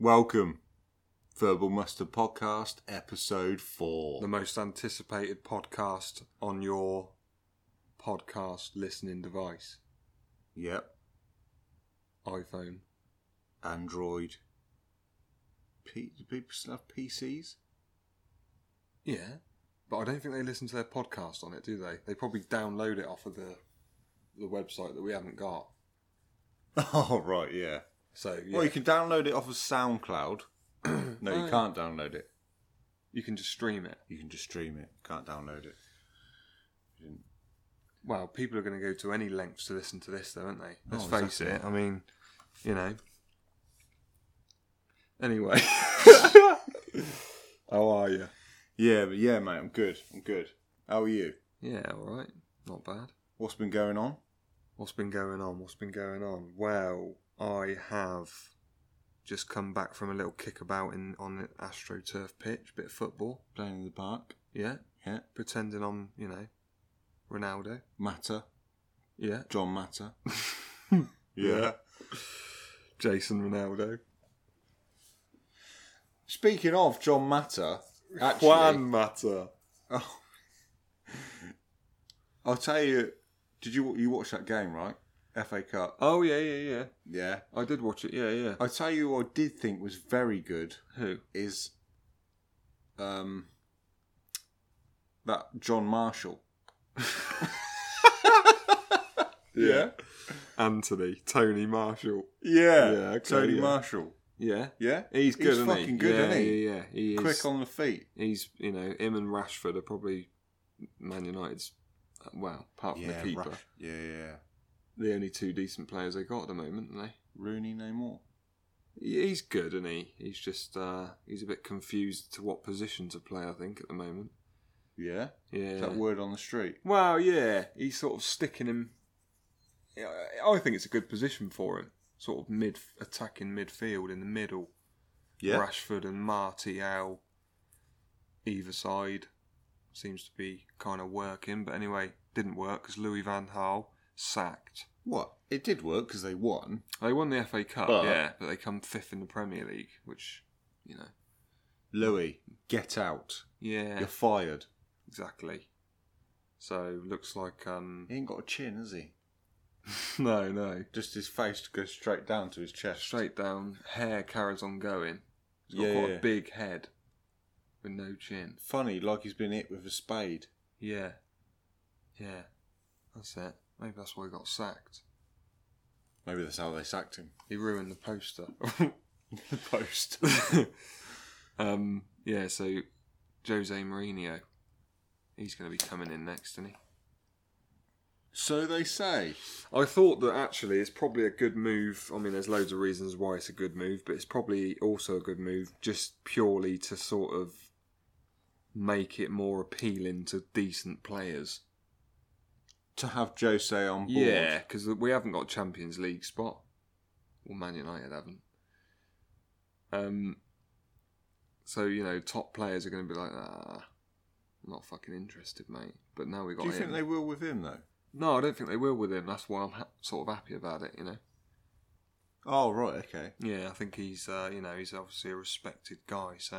Welcome, Verbal Mustard Podcast, Episode 4. the most anticipated podcast on your podcast listening device Yep, iPhone. Android. P- do people still have PCs? Yeah, but I don't think they listen to their podcast on it, do they? They probably download it off of the the website that we haven't got. Oh, right, yeah. So yeah, Well, you can download it off of SoundCloud. no, you Oh. can't download it. you can just stream it. You can just stream it. Can't download it. You didn't- Well, people are going to go to any lengths to listen to this, though, aren't they? Let's Oh, face exactly. it. I mean, you know. Anyway, how are you? Yeah, but yeah, mate, I'm good. I'm good. How are you? Yeah, all right, not bad. What's been going on? What's been going on? What's been going on? Well, I have just come back from a little kickabout in on the AstroTurf pitch, bit of football. Playing in the park. Yeah, Yeah. pretending I'm, you know, Ronaldo. Matter. Yeah, John Matter. Yeah. Jason Ronaldo. Speaking of John Matter, actually, Juan Mata. Oh. I'll tell you. Did you you watch that game right? FA Cup. Oh yeah, yeah, yeah. Yeah. I did watch it. Yeah, yeah. I tell you, what I did think was very good Who? is, um, that John Marshall. Yeah. Anthony Tony Marshall. Yeah. Yeah, okay, Tony yeah. Marshall. Yeah, Yeah. he's good. isn't fucking he? good, yeah, isn't he? Yeah, yeah. He is. Quick on the feet. he's you know him and Rashford are probably Man United's uh, well apart from the keeper Rush. Yeah, yeah. the only two decent players they got at the moment aren't Rooney no more. they He- he's good isn't he he's just uh he's a bit confused to what position to play I think at the moment Yeah. Is yeah that word on the street? well yeah he's sort of sticking him I- I think it's a good position for him sort of mid attacking midfield in the middle Rashford and Martial either side seems to be kind of working. But anyway, didn't work because Louis Van Gaal sacked. What? It did work because they won. They won the FA Cup, But- yeah, but they come fifth in the Premier League, which you know, Louis, get out. yeah, You're fired. exactly. So looks like um He ain't got a chin, has he? no, no, Just his face goes straight down to his chest. straight down. Hair carries on going. He's got Yeah, quite yeah. a big head with no chin. Funny, like he's been hit with a spade. Yeah. Yeah. That's it. Maybe that's why he got sacked. Maybe that's how they sacked him. He ruined the poster. the post. um, yeah, so Jose Mourinho, he's going to be coming in next, isn't he? so they say. I thought that actually it's probably a good move. I mean, there's loads of reasons why it's a good move, but it's probably also a good move just purely to sort of make it more appealing to decent players. To have Jose on board. Yeah, because we haven't got Champions League spot. Well, Man United haven't. Um. So you know, top players are going to be like, ah, I'm not fucking interested, mate. But now we got. Do you him. think they will with him, though? No, I don't think they will with him. That's why I'm ha- sort of happy about it. You know. Oh, right, okay. Yeah, I think he's, uh, you know, he's obviously a respected guy, so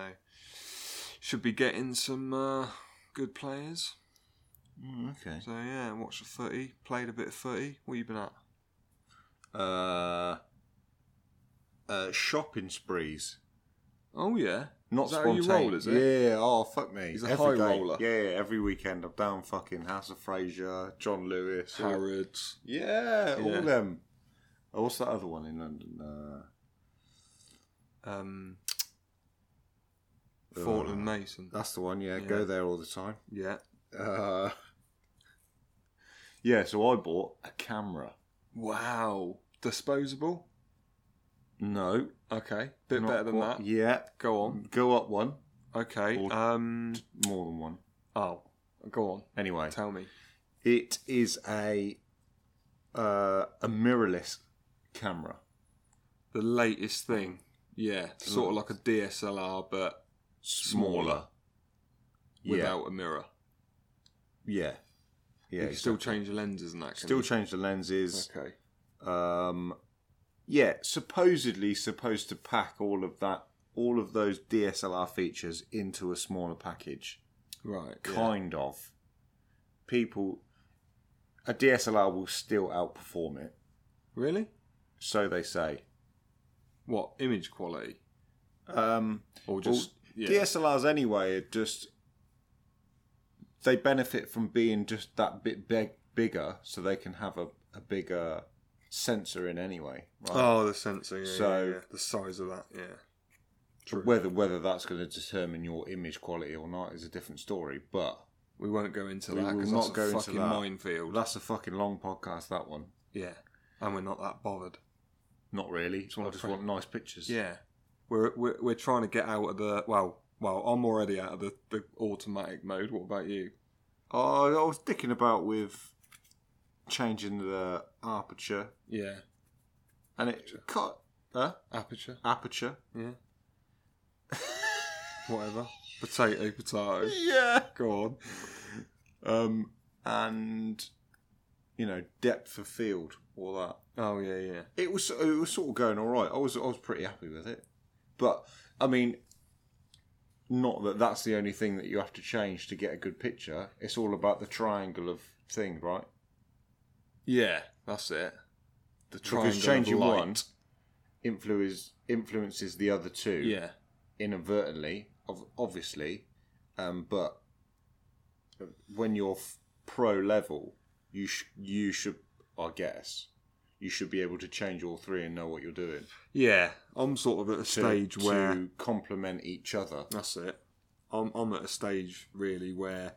should be getting some uh, good players. Mm, okay. So yeah, watched the footy, played a bit of footy. What you been at? Uh, uh, shopping sprees. Oh yeah, Not Is that how you spontaneous. roll, is it? Yeah, oh, fuck me. He's a Every high day. roller. Yeah, every weekend I'm down fucking House of Fraser, John Lewis. all- Harrods. Yeah, Yeah. all them. Oh, what's that other one in London? Uh, um, Uh, Fortland Mason. that's the one. Yeah, Yeah. go there all the time. Yeah. Uh, yeah, so I bought a camera. Wow. Disposable. No, Okay. Bit not better than quite- that. Yeah, Go on. go up one, Okay. Or- Um. more than one. Oh, go on. Anyway, Tell me. it is a uh, a mirrorless camera. The latest thing. Yeah. Sort of like a DSLR, but Smaller. Yeah, without a mirror. yeah, yeah. you can still change the lenses and that. can still you? change the lenses. Okay. Um, yeah, supposedly supposed to pack all of that, all of those DSLR features into a smaller package. Right. Kind of. People, a DSLR will still outperform it, Really? so they say. What image quality Um, or just? yeah. DSLRs anyway are just they benefit from being just that bit big, bigger, so they can have a, a bigger sensor in anyway. Right? Oh, the sensor. Yeah, So- yeah, yeah. the size of that. Yeah. True. whether whether that's going to determine your image quality or not is a different story, but we won't go into We that will because not that's go a into fucking that. minefield. that's a fucking long podcast. That one, yeah, and we're not that bothered. not really. I wanna just pre- want nice pictures. Oh, Yeah, we're we're, we're trying to get out of the well. Well, I'm already out of the, the automatic mode. What about you? Oh, I was thinking about with changing the aperture, Yeah, and it cut. Huh? aperture. Aperture. Yeah, whatever. Potato, potato. Yeah. Go on. um, and you know depth of field, all that. Oh yeah, yeah. It was it was sort of going all right. I was I was pretty happy with it, but I mean, not that that's the only thing that you have to change to get a good picture. It's all about the triangle of thing, right? Yeah, that's it. The triangle because changing of light. one influences influences the other two Yeah, inadvertently, of obviously, um, but when you're f- pro level, you sh- you should, I guess, you should be able to change all three and know what you're doing. yeah. I'm sort of at a to- stage where to complement each other. That's it. I'm I'm at a stage really where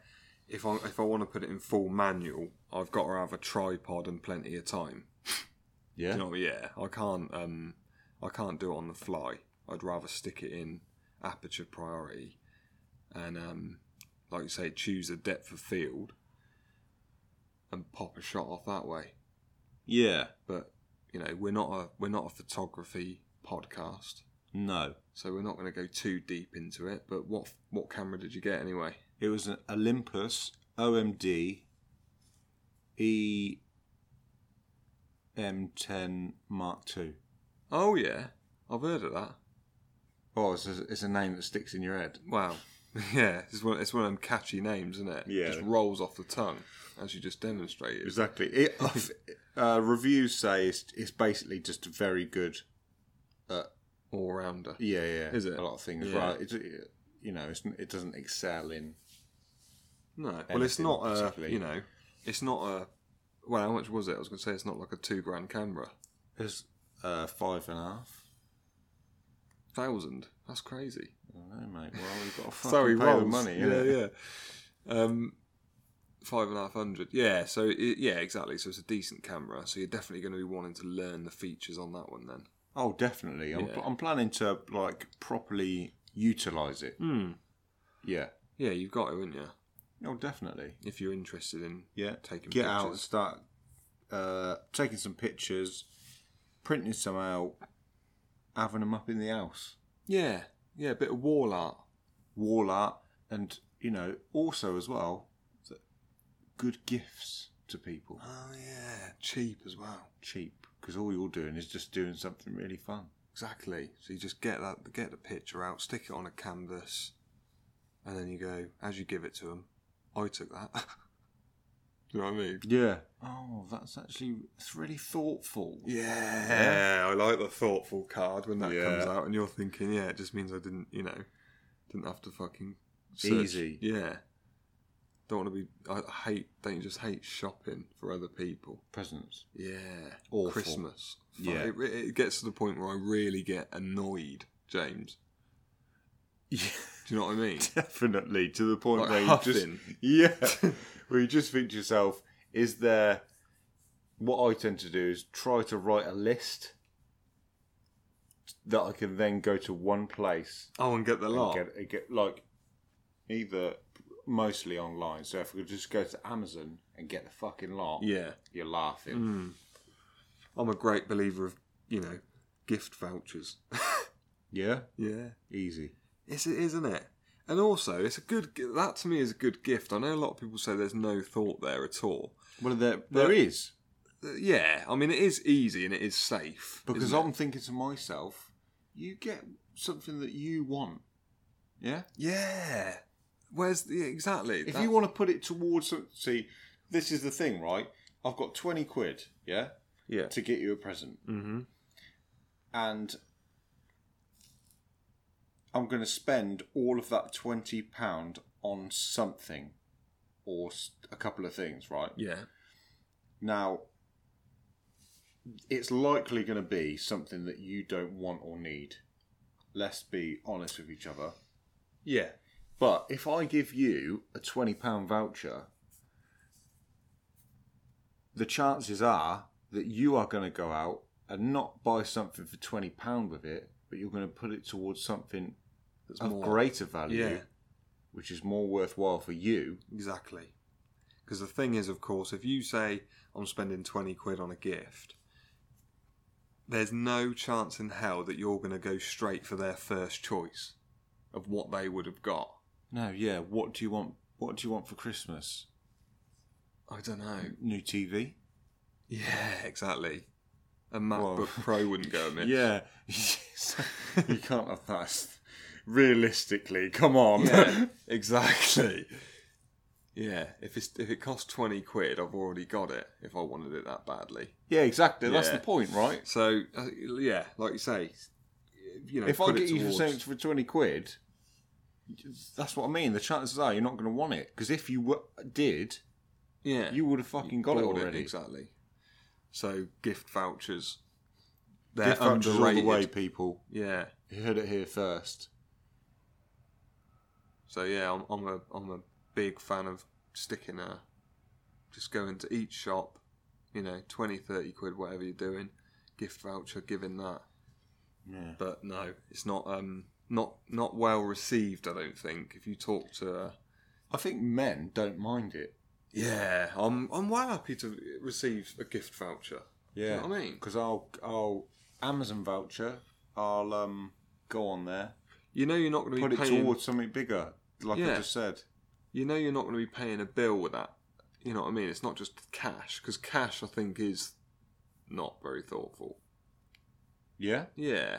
if I if I want to put it in full manual, I've got to have a tripod and plenty of time. Yeah, You know, yeah, I can't um I can't do it on the fly. I'd rather stick it in aperture priority and um like you say choose a depth of field and pop a shot off that way. yeah, But you know, we're not a we're not a photography podcast, no. so we're not going to go too deep into it. But what what camera did you get anyway? It was an Olympus OMD E M10 Mark II. Oh yeah, I've heard of that. Oh, it's a, it's a name that sticks in your head. Wow. Yeah, it's one. It's one of them catchy names, isn't it? Yeah. just rolls off the tongue, as you just demonstrated. Exactly. It, I've- uh, reviews say it's, it's basically just a very good. All rounder. Yeah, yeah. Is it? a lot of things? Yeah. Right. It's, it- you know, it's, it doesn't excel in. No, well, it's Anything not a. particularly. You know, it's not a. Well, how much was it? I was going to say it's not like a two grand camera. It's uh, five and a half. Thousand. That's crazy. I don't know, mate. Well, we've got to fucking Sorry, pay rolls. the money. Yeah, innit? yeah. Um, five and a half hundred. Yeah. So it, yeah, exactly. So it's a decent camera. So you're definitely going to be wanting to learn the features on that one then. Oh, definitely. I'm, Yeah. I'm planning to like properly utilize it. Hmm. Yeah. Yeah, you've got to, haven't you? Oh, definitely. If you're interested in Yeah. Taking Get out and pictures. start uh, taking some pictures, printing some out, having them up in the house. Yeah, yeah, a bit of wall art. wall art, and you know, also as well, th- good gifts to people. Oh yeah, cheap as well. Cheap, because all you're doing is just doing something really fun. Exactly. So you just get that, get the picture out, stick it on a canvas, and then you go as you give it to them. I took that. Do you know what I mean? Yeah. Oh, that's actually it's really thoughtful. Yeah, I like the thoughtful card when that Yeah. comes out, and you're thinking, yeah, it just means I didn't, you know, didn't have to fucking search. Easy. Yeah. Don't want to be. I hate. Don't you just hate shopping for other people? Presents. Yeah. Awful. Christmas. Fuck, Yeah. It, re- it gets to the point where I really get annoyed, James. Yeah, Do you know what I mean? definitely to the point Like where you huffing. just yeah, where you just think to yourself, is there? What I tend to do is try to write a list that I can then go to one place oh, and get the and lot. Get, get like either mostly online. So if we could just go to Amazon and get the fucking lot, yeah. Mm. you're laughing. I'm a great believer of, you know, gift vouchers. Yeah, yeah. easy. It's, it is, isn't it? And also, it's a good. gi- That to me is a good gift. I know a lot of people say there's no thought there at all. Well, there there is. Uh, Yeah, I mean it is easy and it is safe Because isn't it? I'm thinking to myself, you get something that you want. Yeah? yeah. Where's the exactly? If that- you want to put it towards. See, this is the thing, right? I've got 20 quid, yeah, yeah, to get you a present. mm-hmm. And I'm going to spend all of that £20 on something or s- a couple of things, right? yeah, Now, it's likely going to be something that you don't want or need. Let's be honest with each other. yeah, But if I give you a £20 voucher, the chances are that you are going to go out and not buy something for £20 with it, but you're going to put it towards something that's of more greater value, Yeah, which is more worthwhile for you. exactly. Because the thing is, of course, if you say I'm spending twenty quid on a gift, there's no chance in hell that you're going to go straight for their first choice of what they would have got. No, yeah. What do you want? What do you want for Christmas? I don't know. New TV? Yeah, exactly. A Whoa. MacBook Pro wouldn't go amiss. Yeah, you can't have that. Realistically, come on. Yeah, exactly. Yeah, if it's if it costs twenty quid, I've already got it. If I wanted it that badly, Yeah, exactly. That's Yeah. the point, right? so uh, yeah, like you say, you know, If I put it get you for towards- something for twenty quid, that's what I mean. The chances are you're not going to want it because if you w- did, yeah, you would have fucking got it bought already. exactly. So gift vouchers, they're Gift vouchers all the underrated. way, people. Yeah. You heard it here first. So yeah, I'm, I'm a I'm a big fan of sticking a just going to each shop, you know, 20, 30 quid, whatever you're doing, gift voucher, giving that. Yeah. But no, it's not um not not well received. I don't think if you talk to. Uh, I think men don't mind it. yeah, I'm I'm well happy to receive a gift voucher. Yeah, know what I mean? because I'll I'll Amazon voucher. I'll um go on there, You know you're not going to put be it paying. towards something bigger, like I Yeah. just said. You know you're not going to be paying a bill with that. You know what I mean? It's not just cash because cash I think is not very thoughtful. Yeah. Yeah.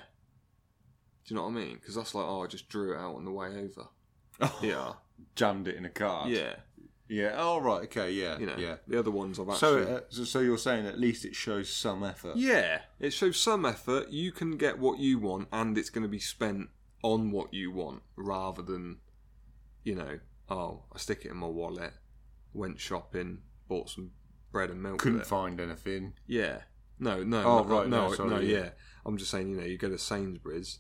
Do you know what I mean? Because that's like, oh, I just drew it out on the way over. Yeah. jammed it in a card. yeah. Yeah. Oh right. Okay. Yeah. You know, yeah. the other ones I've So, actually. uh, so, so you're saying at least it shows some effort. yeah. It shows some effort. You can get what you want and it's going to be spent on what you want rather than, you know, oh, I stick it in my wallet, went shopping, bought some bread and milk. Couldn't with it. find anything. Yeah. No, no. Oh, no, right, No, no, sorry, no, yeah. yeah. I'm just saying, you know, you go to Sainsbury's,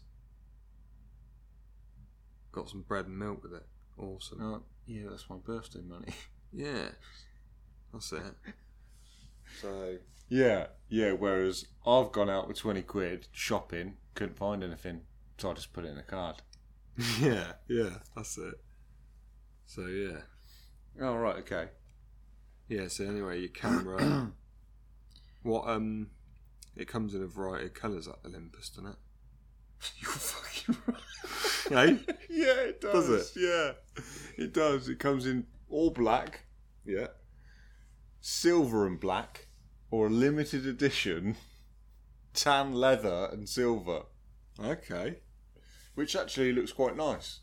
got some bread and milk with it. Awesome. Oh, yeah, that's my birthday money. Yeah, that's it. So yeah, yeah. Whereas I've gone out with twenty quid shopping, couldn't find anything, so I just put it in a card. yeah, yeah, that's it. So yeah, Oh right. Okay. yeah. So anyway, your camera. what um, it comes in a variety of colours at Olympus, doesn't You're fucking right. it? hey. yeah, it does. Does Yeah, it does. It comes in all black, Yeah. silver and black, or a limited edition tan leather and silver. Okay. which actually looks quite nice.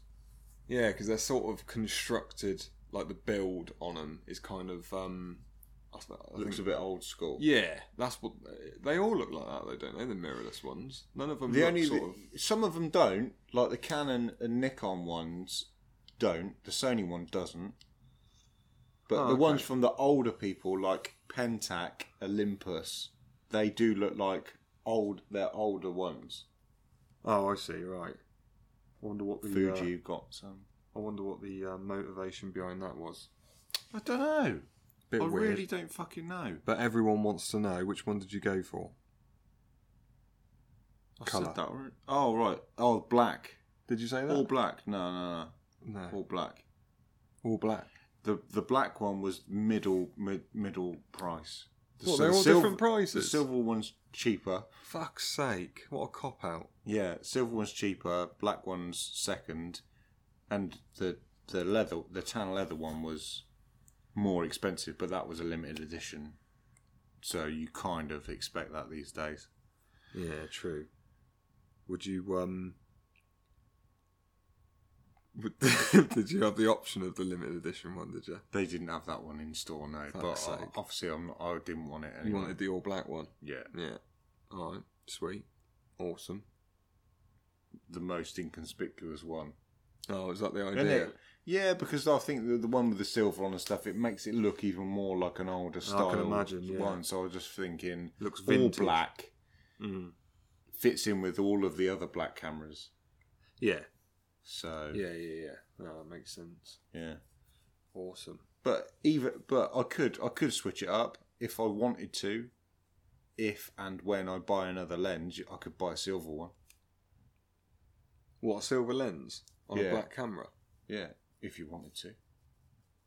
Yeah, because they're sort of constructed like the build on them is kind of um. I th- I Looks think- a bit old school. yeah, that's what they all look like that though, don't they? The mirrorless ones. None of them The look only sort of some of them don't, like the Canon and Nikon ones don't. The Sony one doesn't. But Oh, the ones okay. from the older people, like Pentac, Olympus, they do look like old. They're older ones. Oh, I see. Right. I wonder what the Fuji uh, got some. I wonder what the uh, motivation behind that was. I don't know. Bit I weird. really don't fucking know. But everyone wants to know which one did you go for? I Colour. said that. already. Oh right. Oh black. Did you say that? All black. No, no, no. no. All black. All black. The the black one was middle mid, middle price. The sil- What, they're all silver- different The prices. silver one's cheaper. Fuck's sake! What a cop out. Yeah, silver one's cheaper. Black one's second, and the the leather the tan leather one was more expensive, but that was a limited edition So you kind of expect that these days. Yeah, true. Would you um? Would- did you have the option of the limited edition one? Did you? They didn't have that one in store, no. Fuck's but I- sake. obviously, I'm not, I didn't want it You anyway. wanted the all black one. yeah, Yeah. All right. Sweet. Awesome. the most inconspicuous one. Oh, is that the Isn't idea? it? Yeah, because I think the, the one with the silver on and stuff, it makes it look even more like an older style. imagine, yeah. One, so I was just thinking, Looks all vintage. black Mm. fits in with all of the other black cameras. Yeah, So yeah, yeah, yeah. No, that makes sense. yeah. Awesome. But even but I could I could switch it up if I wanted to. If and when I buy another lens, I could buy a silver one. What a silver lens on Yeah. a black camera? Yeah, if you wanted to.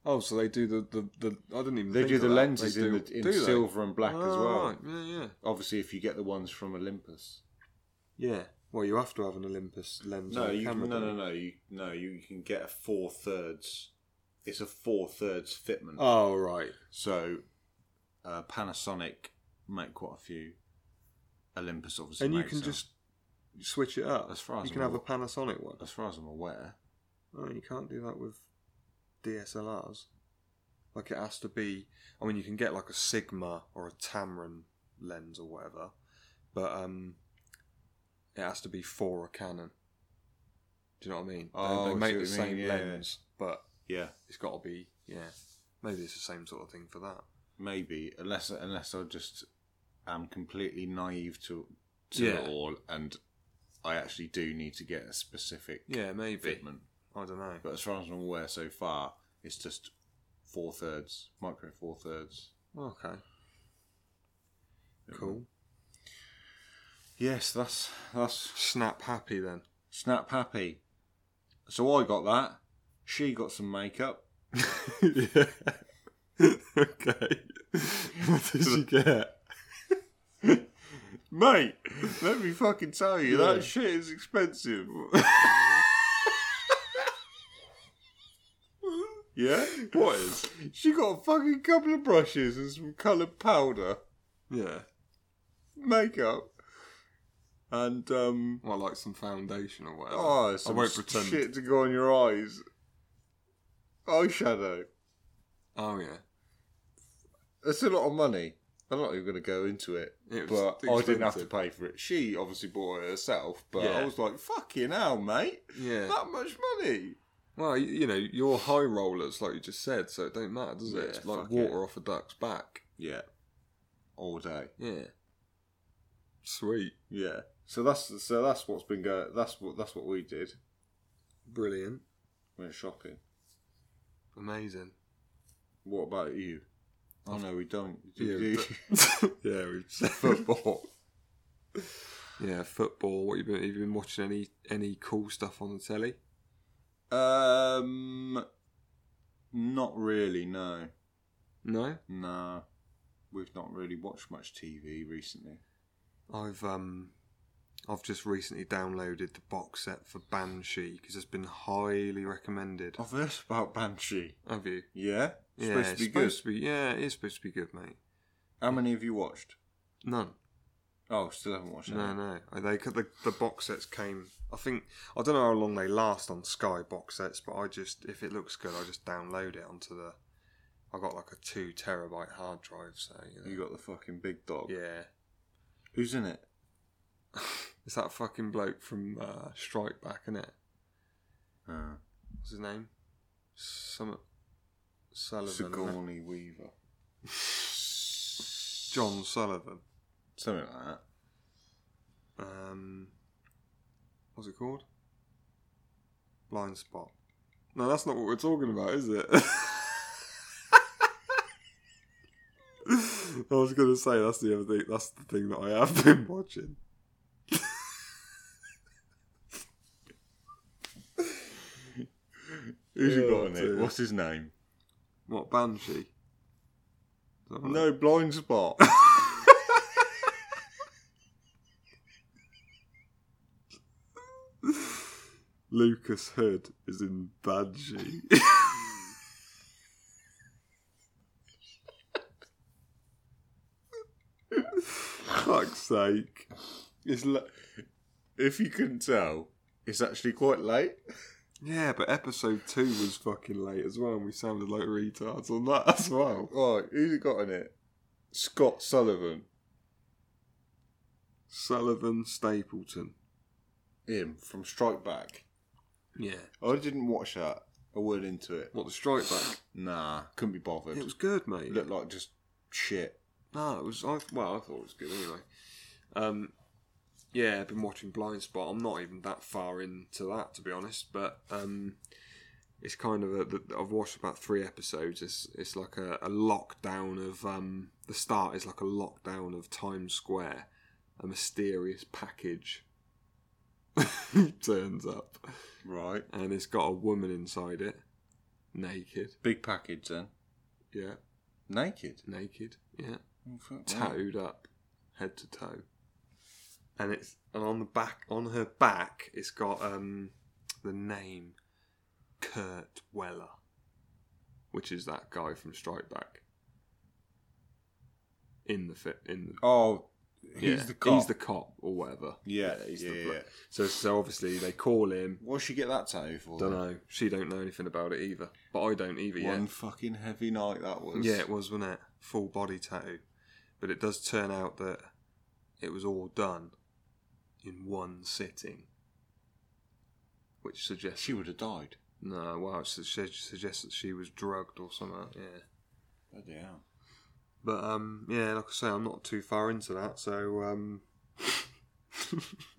Oh, so they do the the, the I didn't even They think do of the that. lenses They in, do- the, in do they? silver and black as Oh, well. right. Yeah, yeah, Obviously, if you get the ones from Olympus. yeah. Well, you have to have an Olympus lens. No, on a you camera, can, no, don't no, you? no, you, no. You can get a four thirds. It's a four thirds fitment. Oh, right. So, uh, Panasonic make quite a few. Olympus obviously, And you make can some. just switch it up. As far as you can I'm have a Panasonic one. as far as I'm aware, Oh, you can't do that with DSLRs. Like it has to be. I mean, you can get like a Sigma or a Tamron lens or whatever, but um, it has to be for a Canon. Do you know what I mean? They- Oh, I they, see make what the you same mean, yeah. lens, but yeah, it's got to be yeah. Maybe it's the same sort of thing for that. maybe unless unless I just am completely naive to to Yeah. it all, and I actually do need to get a specific Yeah, maybe. fitment. I don't know. But as far as I'm aware, so far it's just four thirds micro four thirds. Okay. Cool. Yes, that's that's Snap happy then. Snap Happy. So I got that. She got some makeup. yeah. okay. What did you get? Mate, let me fucking tell you, that shit is expensive. yeah? What is? She got a fucking couple of brushes and some coloured powder, Yeah. makeup, and, um, Well, like some foundation or whatever. oh, some I won't pretend. shit to go on your eyes. Eyeshadow. Oh yeah. That's a lot of money. I'm not even going to go into it, It was but I didn't have to expensive. pay for it. She obviously bought it herself, but I Yeah. was like, "Fucking hell, mate! Yeah. That much money? Well, you, you know, you're high rollers, like you just said, so it don't matter, does Yeah, it? It's like fuck water off a duck's back. Yeah, all day. Yeah. Sweet. Yeah. So that's so that's what's been going. That's what that's what we did. Brilliant. We went shopping. Amazing. What about you? Oh no, we don't. Yeah, We do but- yeah, we've football. Yeah, football. What you been? Have you been watching any any cool stuff on the telly? Um, not really. No, No. no. We've not really watched much TV recently. I've um, I've just recently downloaded the box set for Banshee because it's been highly recommended. I've heard about Banshee. Have you? Yeah, Yeah, supposed to it's be good. supposed to be- yeah, it is supposed to be good, mate. How many have you watched? None. Oh, still haven't watched No, any. no. They the, the box sets came. I think I don't know how long they last on Sky box sets, but I just if it looks good, I just download it onto the. I got like a two terabyte hard drive, so you know. You got the fucking big dog. yeah. Who's in it? It's that fucking bloke from uh, Strike Back, isn't it? Uh, What's his name? Summit Sullivan. isn't it? Sigourney Weaver. John Sullivan. Something like that. Um, what's it called? Blind Spot. No, that's not what we're talking about, is it? I was gonna say that's the other thing. That's the thing that I have been watching. Who's he got Oh, in it? dear. What's his name? What Banshee? Is that right? No blind spot. Lucas Hood is in Banshee. sake! It's le- if you couldn't tell, it's actually quite late. Yeah, but episode two was fucking late as well, and we sounded like retards on that as well. Right, who's it got in it? Scott Sullivan. Sullivan Stapleton. Him from Strike Back. Yeah. I didn't watch that. I went into it. What the strike back? Nah, couldn't be bothered. it was good, mate. It looked like just shit. No, it was. I, well, I thought it was good anyway. Um, yeah, I've been watching Blind Spot. I'm not even that far into that, to be honest. But um, it's kind of a. the- I've watched about three episodes. It's it's like a, a lockdown of. Um, the start is like a lockdown of Times Square. A mysterious package turns up, Right. and it's got a woman inside it, naked. Big package then. Yeah, Naked. naked. Yeah. Oh, fuck me. Towed up, head to toe, and it's and on the back on her back, it's got um the name Kurt Weller, which is that guy from Strike Back. In the fit, in Oh, the, he's yeah, the cop. he's the cop or whatever. yeah, yeah, he's yeah, the blo- So so obviously they call him. What'd she get that tattoo for? Don't then? know. She don't know anything about it either, but I don't either yet. One fucking heavy night that was. Yeah, it was, wasn't it? Full body tattoo. But it does turn out that it was all done in one sitting. Which suggests. She would have died. No, wow, it su- su- suggests that she was drugged or something. Yeah. Bloody hell. But, um, yeah, like I say, I'm not too far into that, so, um.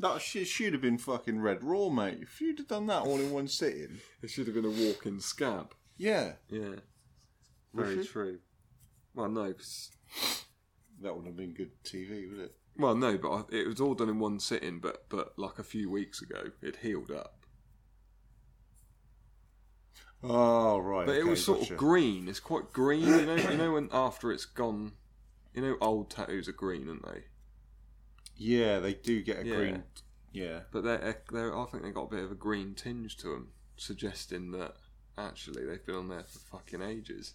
That she, she'd have been fucking red raw, mate. If you'd have done that all in one sitting. It should have been a walking scab. Yeah. Yeah. Was Very she? true. Well, no, 'cause- That would have been good TV, would it? Well, no, but I, it was all done in one sitting, but, but like a few weeks ago, it healed up. Oh, right. But it okay, was sort gotcha. of green. It's quite green, you know. you know when after it's gone, you know old tattoos are green, aren't they? Yeah, they do get a Yeah. green. Yeah. But they're, eh, they're I think they got a bit of a green tinge to them, suggesting that actually they've been on there for fucking ages.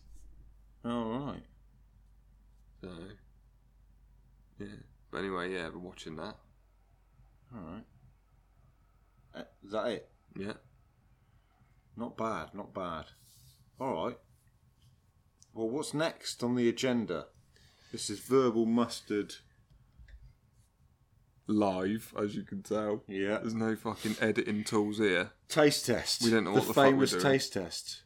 All right. So yeah. But anyway, yeah, we're watching that. All right. Uh, Is that it? Yeah, Not bad, not bad. All right. Well, what's next on the agenda? This is verbal mustard. live as you can tell. Yeah. There's no fucking editing tools here. Taste test. We don't know the what the fuck we're famous doing. taste test.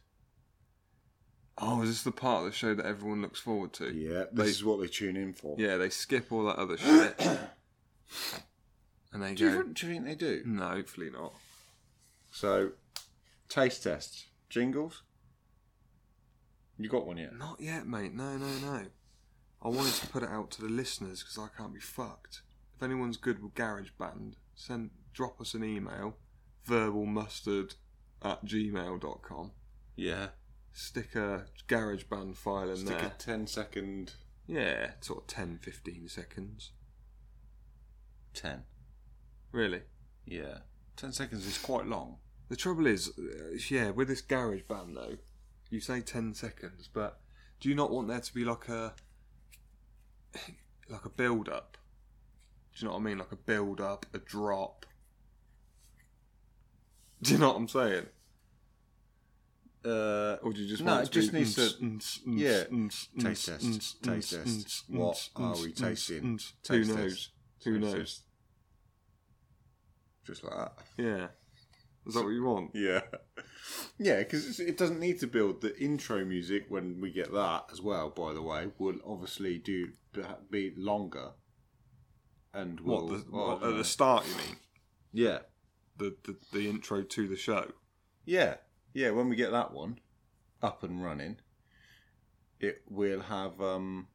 Oh, is this the part of the show that everyone looks forward to? Yeah, this They- is what they tune in for. Yeah, they skip all that other shit. and they Do you, go, think- do you think they do? No, hopefully not. So, taste test jingles. You got one yet? Not yet, mate. No, no, no. I wanted to put it out to the listeners because I can't be fucked. If anyone's good with GarageBand, send drop us an email, verbalmustard at gmail.com. Yeah. Stick a GarageBand file in Stick there. a 10 second. Yeah, sort of 10, 15 seconds. 10. Really? Yeah. 10 seconds is quite long. The trouble is, uh, yeah, with this garage band though, you say ten seconds, but do you not want there to be like a like a build up? Do you know what I mean? Like a build up, a drop. Do you know what I'm saying? Uh, Or do you just No, want it it to just be, needs to- "Mm, mm, mm, yeah. mm, mm, Taste test, mm, mm, taste mm, test. mm, What mm, are mm, we mm, tasting? mm." Taste Who test. knows? Taste Who knows? test. Just like that. Yeah. Is that what you want? Yeah. Yeah, because it doesn't need to build the intro music when we get that as well. By the way, will obviously do be longer, and will What, the, well, what I at dunno. the start you mean? yeah, The, the the intro to the show. yeah, yeah. When we get that one up and running, it will have um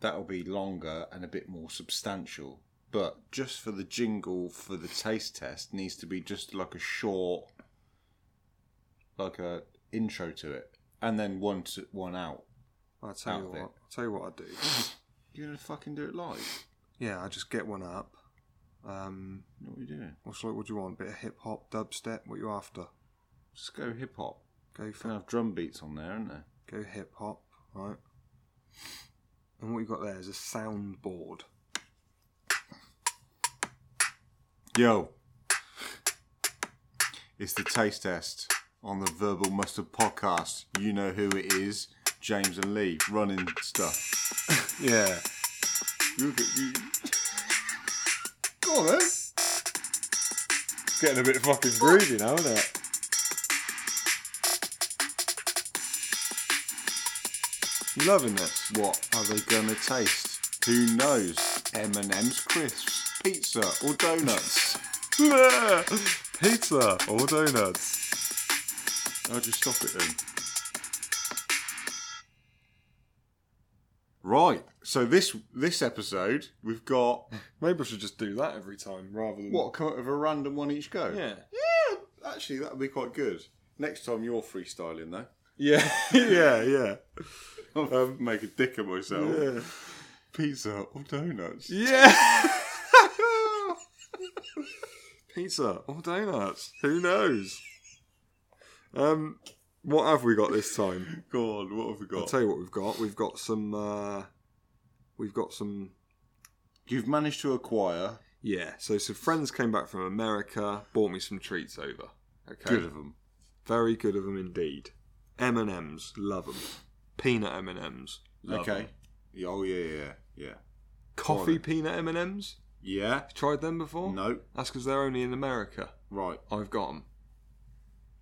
that'll be longer and a bit more substantial. But just for the jingle for the taste test needs to be just like a short, like a intro to it, and then one to, one out. I'll tell you Outfit. what. I'll tell you what I do. You're gonna fucking do it live. Yeah, I just get one up. Um, You know what you're doing? what's like? What do you want? bit of hip hop, dubstep? What you after? Just go hip hop. Go Gonna for have drum beats on there, aren't there? go hip hop, right? And what you've got there is a soundboard. Yo, it's the taste test on the Verbal Mustard podcast. You know who it is, James and Lee, running stuff. Yeah. You, you... Go on then. It's getting a bit fucking Groovy now, isn't it? You loving this? What are they gonna taste? Who knows? M and M's crisps, pizza, or donuts? Pizza or donuts? How'd you stop it then? Right. So this this episode we've got Maybe I should just do that every time rather than. what come up with a random one each go. Yeah. Yeah. Actually, that would be quite good. Next time you're freestyling though. Yeah. Yeah, yeah. I'll make a dick of myself. Yeah. Pizza or donuts? yeah. Pizza or oh, donuts? Who knows? Um, what have we got this time? God, what have we I'll got? tell you what we've got. We've got some. Uh, we've got some. You've managed to acquire Yeah. So some friends came back from America, bought me some treats over. Okay. good of them. Very good of them indeed. M and M's, love them. Peanut M and M's, okay. Yeah, Oh yeah, yeah, yeah. Coffee peanut M and M's. Yeah. Tried them before? No. That's because they're only in America. Right. I've got them,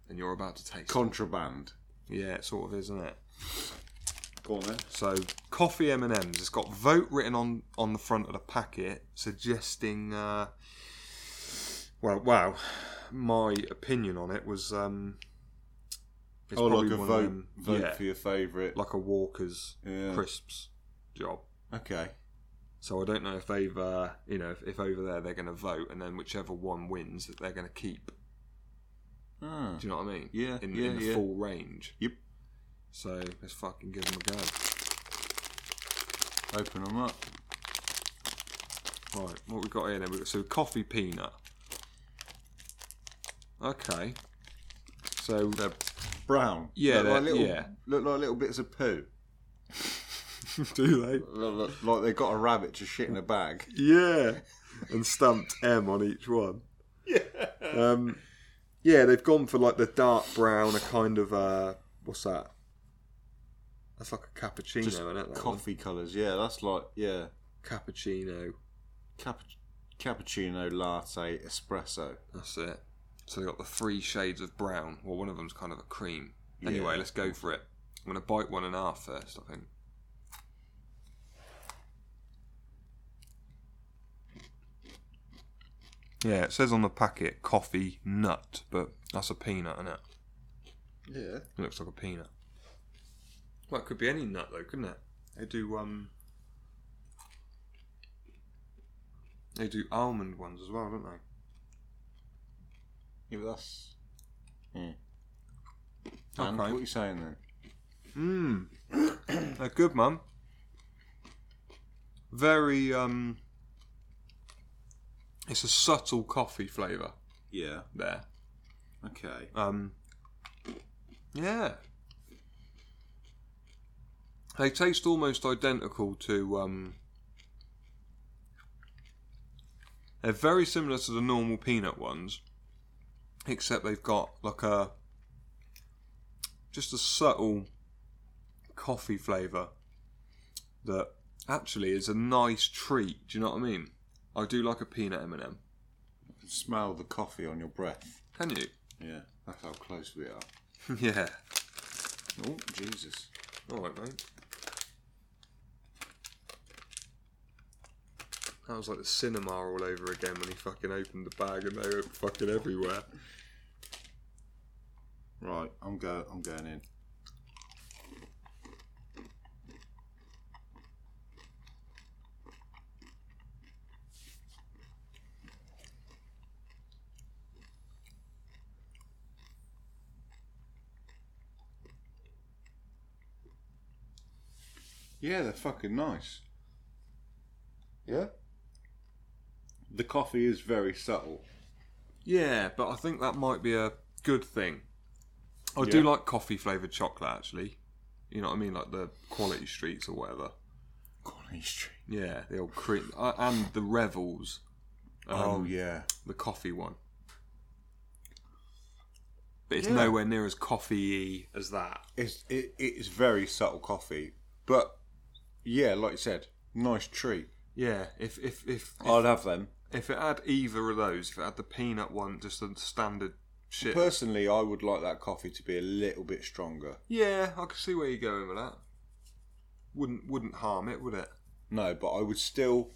and you're about to taste. 'em. Contraband. yeah, it sort of is, isn't it? Go on then. So coffee M and M's. It's got vote written on on the front of the packet, suggesting. Uh, well, wow, my opinion on it was. Um, it's oh, like probably a one vote, of them- vote yeah, for your favourite. like a Walker's Yeah. crisps job. Okay. So I don't know if they've, uh, you know, if, if over there they're going to vote, and then whichever one wins, that they're going to keep. Ah. Do you know what I mean? Yeah, In, yeah, in the yeah. full range. Yep. So let's fucking give them a go. Open them up. Right, what we got here then? We've got so coffee peanut. Okay. So they're Brown. Yeah, Look like they're- little, yeah. Look like little bits of poo. do they? Look, look, like they got a rabbit to shit in a bag. Yeah. And stamped M on each one. Yeah. Um, yeah, they've gone for like the dark brown, a kind of uh, what's that? That's like a cappuccino, Just isn't it? that one? coffee colours. Yeah, that's like yeah. Cappuccino. Cap- cappuccino, latte, espresso. That's it. So they got the three shades of brown. Well, one of them's kind of a cream. Anyway, Yeah. let's go for it. I'm gonna bite one and a half first. I think. Yeah, it says on the packet coffee nut, but that's a peanut, isn't it? Yeah. It looks like a peanut. Well, it could be any nut though, couldn't it? They do um. They do almond ones as well, don't they? Yeah, but that's. Yeah. And what Okay. are you saying then? Mmm. They're good, mum. Very, um. It's a subtle coffee flavour Yeah. there. Okay. Um. Yeah. They taste almost identical to, um. They're very similar to the normal peanut ones, except they've got like a. just a subtle coffee flavour that actually is a nice treat. Do you know what I mean? I do like a peanut M&M. Smell the coffee on your breath. Can you? Yeah. That's how close we are. yeah. Oh, Jesus. All right, mate. That was like the cinema all over again when he fucking opened the bag and they were fucking everywhere. Right, I'm go. I'm going in. Yeah, they're fucking nice. Yeah. The coffee is very subtle. Yeah, but I think that might be a good thing. I do Yeah. like coffee flavoured chocolate, actually. You know what I mean? Like the Quality Streets or whatever. Green Street. Yeah, the old cream uh, and the Revels, um, oh yeah, the coffee one. But it's Yeah. nowhere near as coffee as that. it's it, it is very subtle coffee, but yeah, like you said, nice treat. Yeah, if if if if, I'd have them if it had either of those, if it had the peanut one, just a standard shit. personally. I would like that coffee to be a little bit stronger. yeah, I can see where you're going with that. Wouldn't wouldn't harm it, would it? No, but I would still,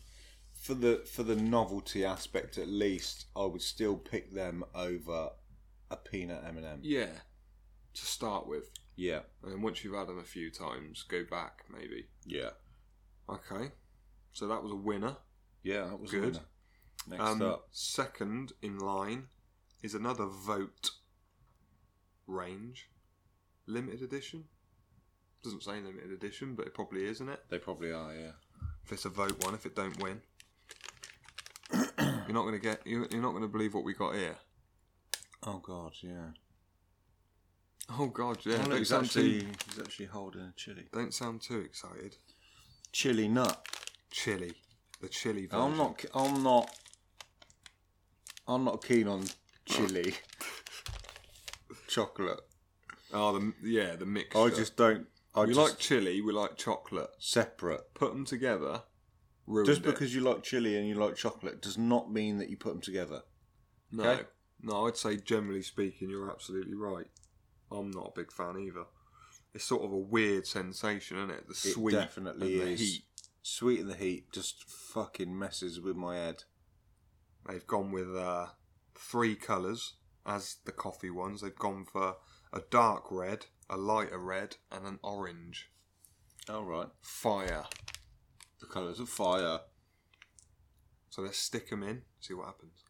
for the for the novelty aspect at least, I would still pick them over a peanut M and m Yeah, to start with, Yeah, and then once you've had them a few times, go back maybe. yeah, Okay, so that was a winner. yeah. That was Good. good. Next Um, up, Second in line is another vote range, limited edition. Doesn't say limited edition, but it probably is, isn't it? they probably are. Yeah, if it's a vote one, if it don't win, you're not gonna get. You're, you're not gonna believe what we got here. Oh god, yeah. Oh God, yeah. Oh, don't, look, he's sound actually too, he's actually holding a chili. don't sound too excited. Chili nut. Chili, the chili version. I'm not. ke- I'm not. I'm not keen on chili. Chocolate. Oh, the yeah, the mixture. I just don't. I we just like chili. We like chocolate. separate. Put them together. Ruined Just it. because you like chili and you like chocolate does not mean that you put them together. no, okay. no. I'd say generally speaking, you're absolutely right. I'm not a big fan either. It's sort of a weird sensation, isn't it? The It sweet definitely and the is. heat. Sweet and the heat just fucking messes with my head. They've gone with uh, three colours as the coffee ones. They've gone for a dark red, a lighter red, and an orange. All right. Fire. The colours of fire. So let's stick them in, see what happens.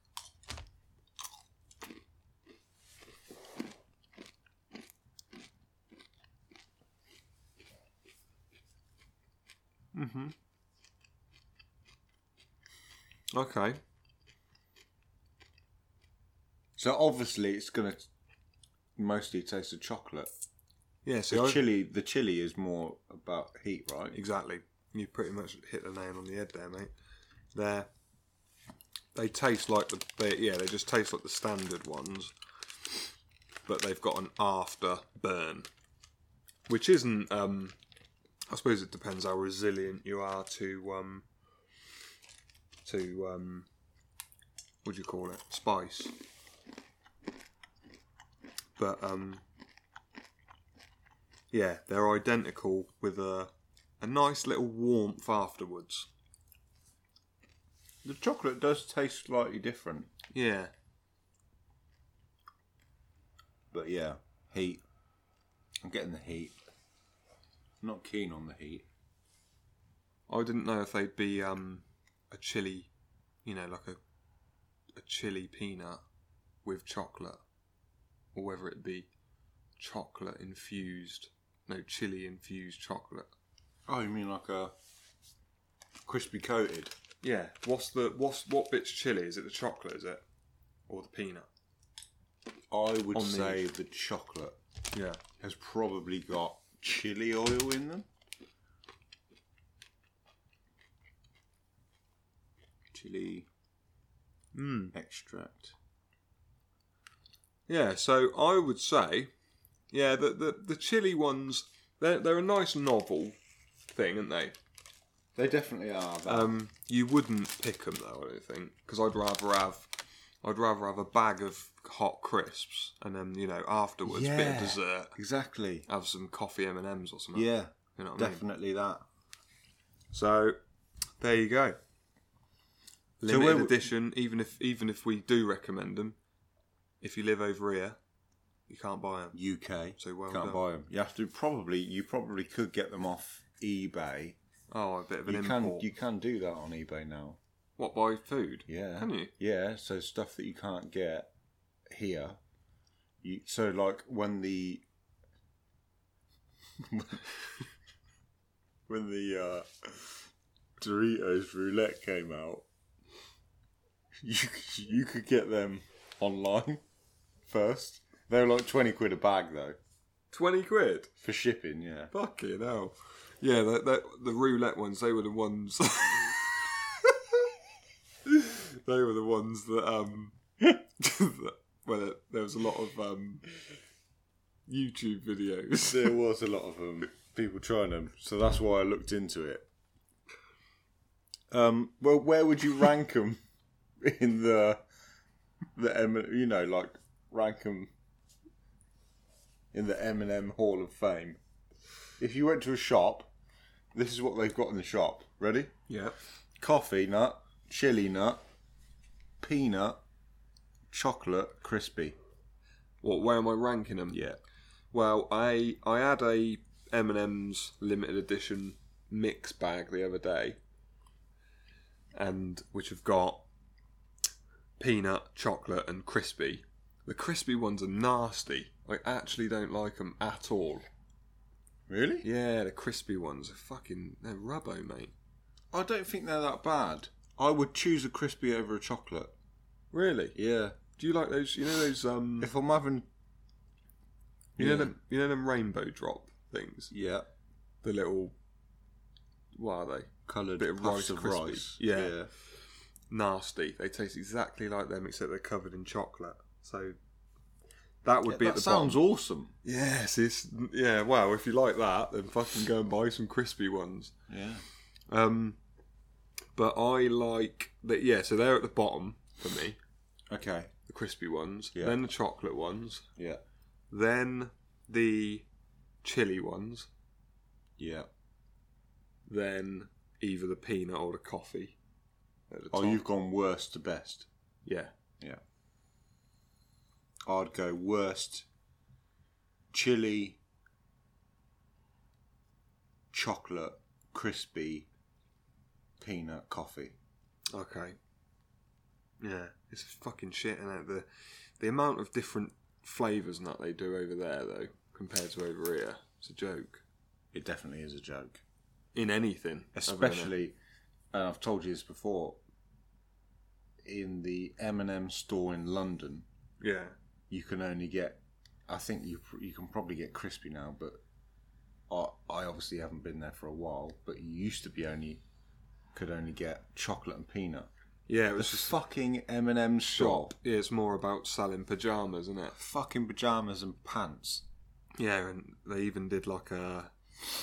Mm-hmm. hmm Okay. So obviously it's gonna mostly taste of chocolate. Yeah, The so I- chili. The chili is more about heat, right? Exactly. You pretty much hit the nail on the head there, mate. They're, they taste like the they, yeah, they just taste like the standard ones, but they've got an after burn, which isn't. Um, I suppose it depends how resilient you are to um, to um, what do you call it? Spice. But um, yeah, they're identical with a a nice little warmth afterwards. The chocolate does taste slightly different, Yeah, but yeah, heat. I'm getting the heat. I'm not keen on the heat. I didn't know if they'd be um, a chili, you know, like a a chili peanut with chocolate, or whether it be chocolate infused, no chili infused chocolate. Oh, you mean like a crispy coated? Yeah, what's the what's what bit's chili? Is it the chocolate? Is it or the peanut? I would On the- say the chocolate Yeah, has probably got chili oil in them. Chili Mm. extract. yeah. So I would say, yeah, the the, the chili ones they're they're a nice novel thing, aren't they? They definitely are. That. Um, you wouldn't pick them though, I don't think, because I'd rather have, I'd rather have a bag of hot crisps and then you know afterwards bit of Yeah. dessert, exactly. have some coffee M and M's or something. Yeah, you know what I mean. definitely that. So there you go. So Limited where- edition. Even if even if we do recommend them, if you live over here, you can't buy them. UK. So well can't done. buy them. You have to probably. You probably could get them off eBay. Oh, a bit of an you import. can. You can do that on eBay now. What buy food? Yeah. Can you? Yeah. So stuff that you can't get here. You, so like when the when the uh, Doritos roulette came out, you c- you could get them online first. They were like twenty quid a bag though Twenty quid. for shipping. Yeah. Fucking hell. Yeah, the, the, the roulette ones, they were the ones. they were the ones that, um, that where there was a lot of um, YouTube videos. There was a lot of um, people trying them, so that's why I looked into it. Um, well, where would you rank them in the the M? You know, like rank them in the Eminem Hall of Fame. If you went to a shop, this is what they've got in the shop. Ready? Yeah. Coffee nut, chili nut, peanut, chocolate crispy. What? Where am I ranking them? Yeah. Well, I I had a M&M's limited edition mix bag the other day, and which have got peanut, chocolate, and crispy. The crispy ones are nasty. I actually don't like them at all. Really? Yeah, the crispy ones are fucking they're rubbo, mate. I don't think they're that bad. I would choose a crispy over a chocolate. Really? Yeah. Do you like those? You know those um. If I'm having You know Yeah. them. You know them rainbow drop things. yeah The little. What are they? coloured Bit of puffs rice of crispy. rice, Yeah. Nasty. They taste exactly like them, except they're covered in chocolate. So that would Yeah, be that at the sounds bottom. awesome. Yes. It's yeah. Wow. If you like that, then fucking go and buy some crispy ones. Yeah. Um, but I like that. Yeah. So they're at the bottom for me. Okay. The crispy ones. Yeah. Then the chocolate ones. Yeah. Then the chili ones. Yeah. Then either the peanut or the coffee. At the Oh, top. you've gone worst to best. yeah. Yeah. I'd go worst chili, chocolate, crispy, peanut, coffee. Okay. Yeah, it's fucking shit, and the the amount of different flavors and that they do over there though compared to over here, it's a joke. It definitely is a joke. In anything, other than Especially, and I've told you this before, in the M&M store in London, a- yeah, you can only get. I think you pr- you can probably get crispy now, but I I obviously haven't been there for a while. But you used to be only could only get chocolate and peanut. yeah, It it was was a just fucking M and M shop. shop. Yeah, it's more about selling pajamas, isn't it? Fucking pajamas and pants. Yeah, and they even did like a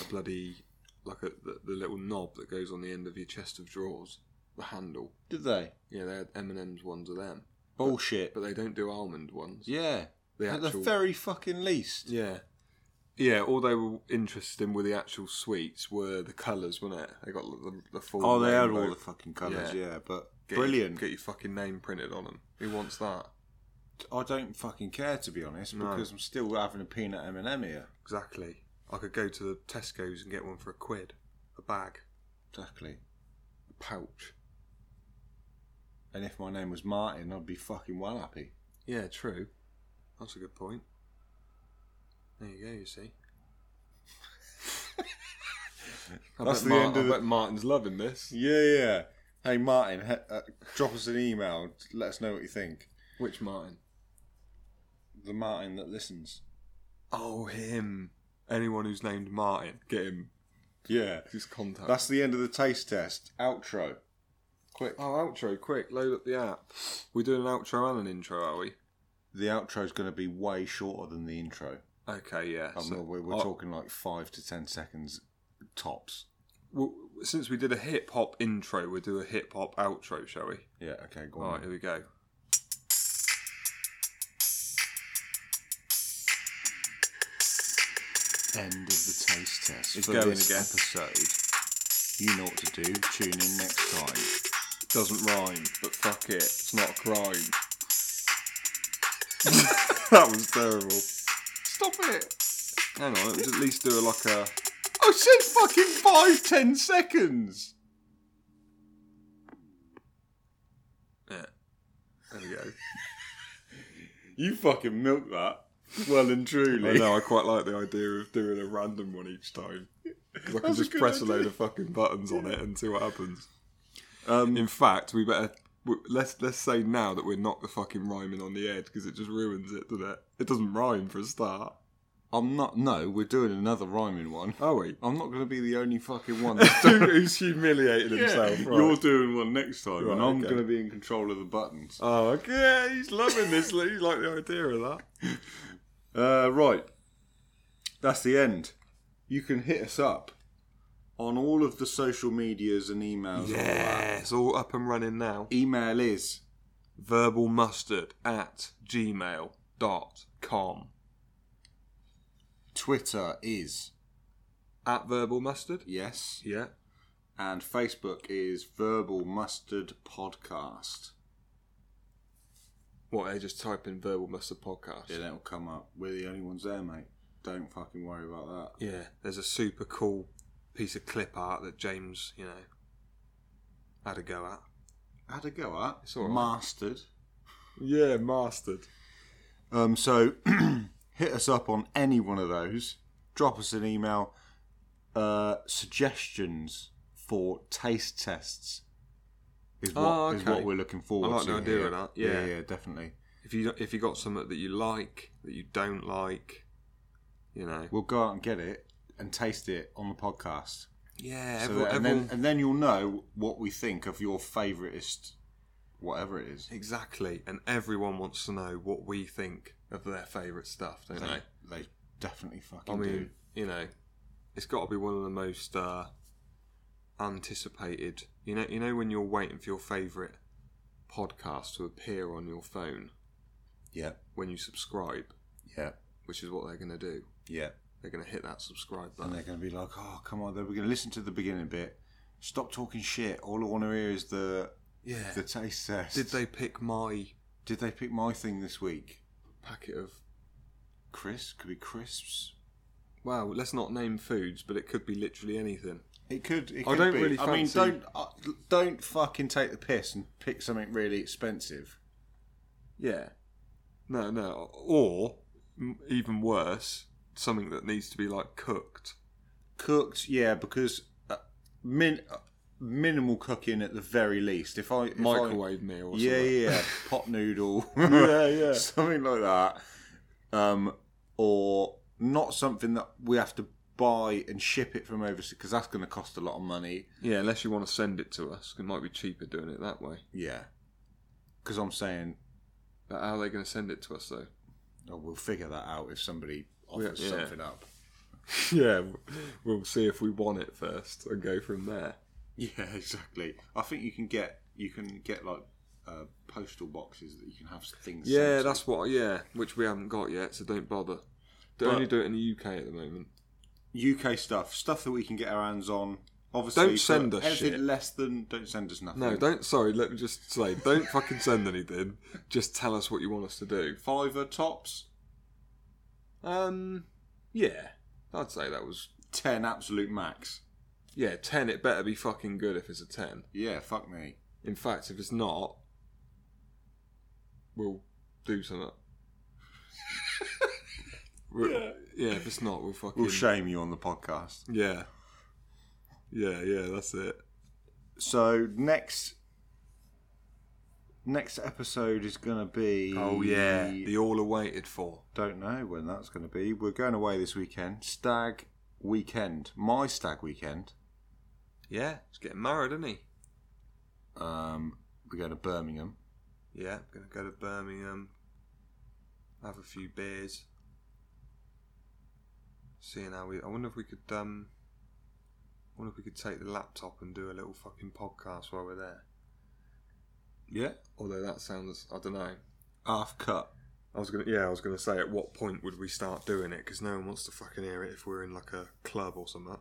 a bloody like a the, the little knob that goes on the end of your chest of drawers, the handle. Did they? Yeah, they had M and M's ones of them, Bullshit. but they don't do almond ones. yeah. The At the actual- very fucking least. Yeah. Yeah, all they were interested in were the actual sweets were the colours, weren't it? They got the, the full. Oh, they had rainbow. all the fucking colours. Yeah, Yeah. but Get your- brilliant. get your fucking name printed on them. Who wants that? I don't fucking care to be honest No. because I'm still having a peanut M and M here. Exactly. I could go to the Tesco's and get one for a quid, a bag, Exactly. a pouch. And if my name was Martin, I'd be fucking well happy. Yeah, true. That's a good point. There you go. You see. I That's bet the Mar- end of I the- bet Martin's loving this. Yeah, yeah. Hey, Martin, he- uh, drop us an email. Let us know what you think. Which Martin? The Martin that listens. Oh, him. Anyone who's named Martin, get him. Yeah. Just contact. That's the end of the taste test. Outro. Quick. Oh, outro, quick, load up the app. We're doing an outro and an intro, are we? The outro's going to be way shorter than the intro. Okay, yeah. Um, so- we're we're oh, talking like five to ten seconds tops. well, since we did a hip hop intro, we'll do a hip hop outro, shall we? Yeah, okay, go on. Alright, here we go. End of the taste test. It's for going this again. episode. You know what to do. Tune in next time. Doesn't rhyme, but fuck it, it's not a crime. that was terrible. Stop it! Hang on, let's at least do a, like a. I said fucking five, ten seconds. Yeah. There we go. You fucking milk that. Well and truly. I know, I quite like the idea of doing a random one each time. 'Cause I can That's a just good press a load idea. of fucking buttons on it and see what happens. Um, In fact, we better w- let's let's say now that we're not the fucking rhyming on the head because it just ruins it, doesn't it? It doesn't rhyme for a start. I'm not. No, we're doing another rhyming one. Are we? I'm not going to be the only fucking one. That's doing Who's humiliated himself? right. You're doing one next time, it. and I'm I'm going gonna. to be in control of the buttons. Oh, okay. He's loving this. Lee. He's like the idea of that. Uh, right. That's the end. You can hit us up on all of the social medias and emails. and all that. Yeah, it's all up and running now. Email is Verbal mustard at gmail.com. Twitter is At verbal mustard? yes, Yeah. and Facebook is Verbal Mustard Podcast. What, they just type in verbal mustard podcast? Yeah, that'll come up. We're the only ones there, mate. Don't fucking worry about that. Yeah, there's a super cool piece of clip art that James, you know, had a go at. Had a go at It's all right. mastered. Yeah, mastered. Um, so hit us up on any one of those. Drop us an email. Uh, suggestions for taste tests is what, Oh, is okay. what we're looking forward I like to. the idea here. of that, yeah. yeah, definitely. If you if you got something that you like, that you don't like, you know. We'll go out and get it and taste it on the podcast. Yeah, So everyone, that- and, everyone then, and then you'll know what we think of your favouritest, whatever it is. exactly, and everyone wants to know what we think of their favourite stuff, don't they? They, they definitely fucking I mean, do. you know, it's got to be one of the most uh, anticipated. You know, you know when you're waiting for your favourite podcast to appear on your phone Yeah, when you subscribe, yeah, which is what they're going to do. yeah. They're going to hit that subscribe And button. they're going to be like, oh, come on, then we're going to listen to the beginning bit. Stop talking shit. All I want to hear is the Yeah. the taste test. Did they pick my Did they pick my thing this week? packet of? Crisp could be crisps. Well, let's not name foods, but it could be literally anything. It could. It I could don't be. really I mean, fancy- don't uh, don't fucking take the piss and pick something really expensive. Yeah. No, no. Or m- even worse, something that needs to be like cooked. Cooked, yeah, because uh, min uh, minimal cooking at the very least. If I if I- Microwave meal or yeah, something. yeah, yeah. pot noodle, Yeah, yeah. something like that, um, or not something that we have to buy and ship it from overseas because that's going to cost a lot of money. Yeah, unless you want to send it to us, it might be cheaper doing it that way. Yeah, because I'm saying But how are they going to send it to us though? Oh, we'll figure that out if somebody offers yeah. something up. yeah, we'll see if we want it first and go from there. Yeah, exactly. I think you can get you can get like uh, postal boxes that you can have things. Yeah, sent to. that's what. Yeah, which we haven't got yet, so don't bother. Don't But- only do it in the UK at the moment. UK stuff, stuff that we can get our hands on. Obviously, Don't for send us anything shit. less than don't send us nothing. No, don't. Sorry, let me just say, don't fucking send anything. Just tell us what you want us to do. fiver tops. Um, yeah, I'd say that was Ten absolute max. yeah ten. It better be fucking good if it's a ten. Yeah, fuck me. In fact, if it's not, we'll do something. We'll- yeah. if it's not, we'll fucking. We'll shame you on the podcast. yeah. Yeah, yeah, that's it. So next, next episode is gonna be. Oh, The all awaited for. Don't know when that's going to be. We're going away this weekend. Stag weekend. My stag weekend. Yeah, he's getting married, isn't he? Um, we go to Birmingham. Yeah, gonna go to Birmingham, have a few beers. Seeing how we, I wonder if we could, um, I wonder if we could take the laptop and do a little fucking podcast while we're there. Yeah. Although that sounds, I don't know. Half cut. I was gonna, yeah, I was gonna say, at what point would we start doing it? Because no one wants to fucking hear it if we're in like a club or something.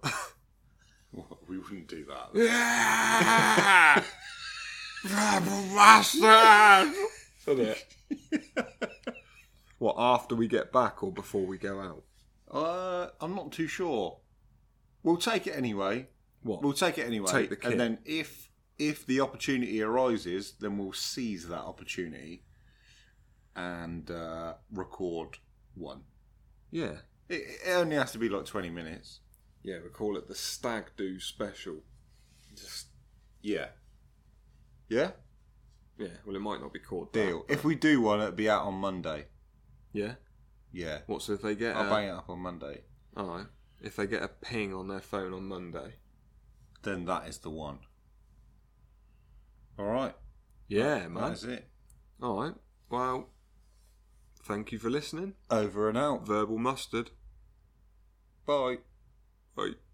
we wouldn't do that. yeah, bastard! what after we get back or before we go out? Uh, I'm not too sure. We'll take it anyway. What? We'll take it anyway. Take the kit. And then if if the opportunity arises, then we'll seize that opportunity and uh, record one. yeah, It, it only has to be like 20 minutes. yeah. We call it the Stag Do Special. Just Yeah. Yeah. yeah. Well, it might not be called that, Deal. If we do one, it'll be out on Monday. yeah, Yeah. What, so if they get I'll a- bang it up on Monday. All right. If they get a ping on their phone on Monday. Then that is the one. All right. Yeah, That man. is it. All right. Well, thank you for listening. Over and out. Verbal mustard. Bye. Bye.